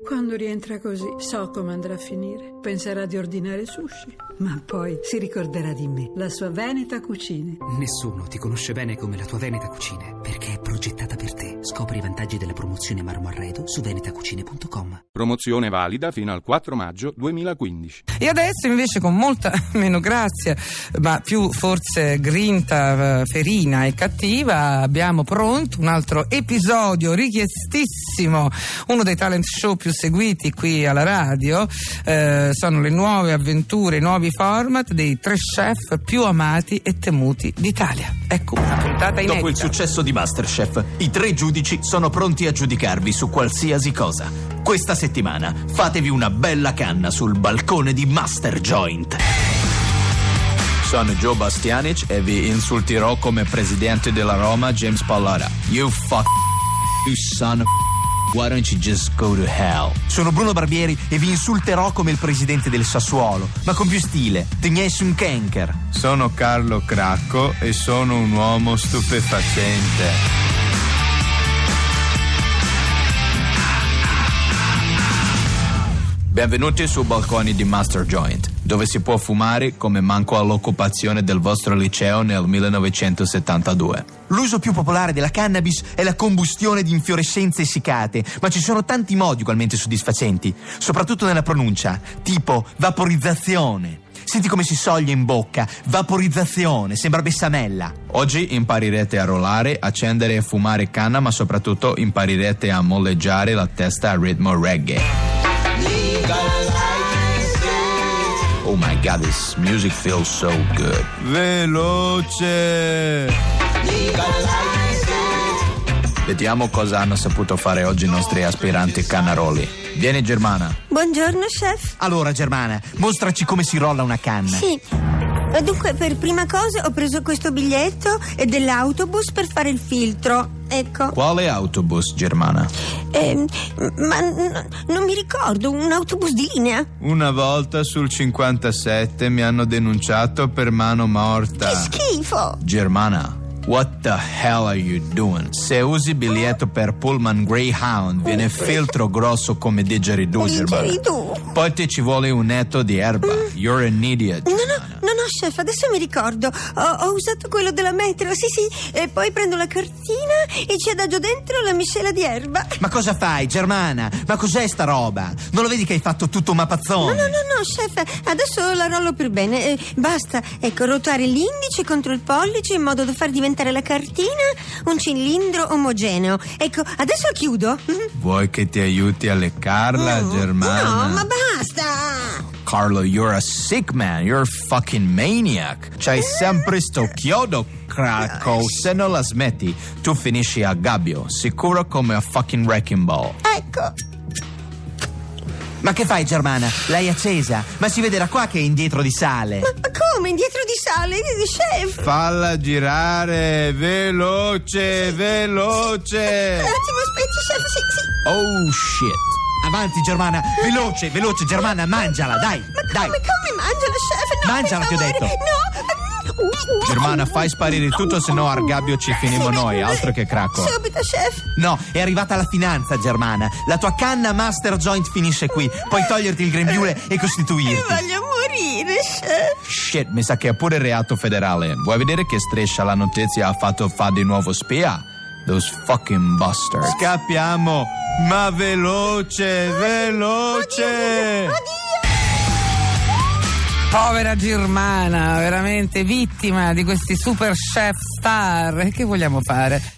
Quando rientra così, so come andrà a finire. Penserà di ordinare sushi, ma poi si ricorderà di me, la sua Veneta Cucine. Nessuno ti conosce bene come la tua Veneta Cucine, perché è progettata per te. Scopri i vantaggi della promozione Marmo Arredo su venetacucine.com. Promozione valida fino al 4 maggio 2015. E adesso invece con molta meno grazia, ma più forse grinta, eh, ferina e cattiva, abbiamo pronto un altro episodio richiestissimo, uno dei talent show più seguiti qui alla radio. Eh, sono le nuove avventure, i nuovi format dei tre chef più amati e temuti d'Italia. Ecco una puntata inedita. Dopo il successo di Masterchef, i tre giudici sono pronti a giudicarvi su qualsiasi cosa. Questa settimana fatevi una bella canna sul balcone di Master Joint. Sono Joe Bastianic e vi insulterò come presidente della Roma, James Pallara. You fuck. You son of. Why don't you just go to hell? Sono Bruno Barbieri e vi insulterò come il presidente del Sassuolo, ma con più stile. Tegnesse canker. Sono Carlo Cracco e sono un uomo stupefacente. Benvenuti su balconi di Master Joint, dove si può fumare come manco all'occupazione del vostro liceo nel 1972. L'uso più popolare della cannabis è la combustione di infiorescenze essiccate, ma ci sono tanti modi ugualmente soddisfacenti, soprattutto nella pronuncia, tipo vaporizzazione. Senti come si soglia in bocca, vaporizzazione, sembra bessamella. Oggi imparirete a rollare, accendere e fumare canna, ma soprattutto imparirete a molleggiare la testa a ritmo reggae. Oh my god, this music feels so good. Veloce! Vediamo cosa hanno saputo fare oggi i nostri aspiranti canaroli. Vieni Germana. Buongiorno, chef. Allora, Germana, mostraci come si rolla una canna. Sì. Eh, Dunque, per prima cosa ho preso questo biglietto eh, dell'autobus per fare il filtro. Ecco. Quale autobus, Germana? Ehm, ma n- non mi ricordo, un autobus di linea. Una volta sul 57 mi hanno denunciato per mano morta. Che schifo! Germana. What the hell are you doing? Se usi biglietto per Pullman Greyhound, viene filtro grosso come didgeridoo, Germana. Didgeridoo. Poi ti ci vuole un netto di erba. You're an idiot. No, no, no, no, chef, adesso mi ricordo. Ho, ho usato quello della metro, sì, sì. E poi prendo la cartina e ci adagio dentro la miscela di erba. Ma cosa fai, Germana? Ma cos'è sta roba? Non lo vedi che hai fatto tutto un No, mappazzone? no, no, no, chef, adesso la rollo per bene. Eh, basta, ecco, rotare l'indice contro il pollice in modo da far diventare la cartina un cilindro omogeneo. Ecco, adesso la chiudo. Vuoi che ti aiuti a leccarla, Germana? No, ma basta! Carlo, you're a sick man, you're a fucking maniac. C'hai sempre sto chiodo, cracco. Se non la smetti, tu finisci a gabbio, sicuro come a fucking wrecking ball. Ecco. Ma che fai, Germana? L'hai accesa? Ma si vede da qua che è indietro di sale. Ma come? Indietro di sale? Eh, Chef! Falla girare, veloce, Un veloce. attimo, aspetti, chef, sì, sì. Oh shit. Avanti, Germana, veloce, veloce, Germana, mangiala, dai, Ma come, dai. come mangiala, chef? No, Mangiala, per ti ho favore, detto. No! mm, Germana, fai sparire tutto, se no a Argabbio ci finimo noi, altro che cracco. Subito, chef! No, è arrivata la finanza, Germana. La tua canna Master Joint finisce qui. Puoi toglierti il grembiule e Io costituirti. voglio morire, chef! Shit, mi sa che è pure reato federale. Vuoi vedere che striscia la notizia ha fatto fa di nuovo spia? Those fucking bastards. Scappiamo, ma veloce, veloce. Povera Germana, veramente vittima di questi super chef star. E Che vogliamo fare?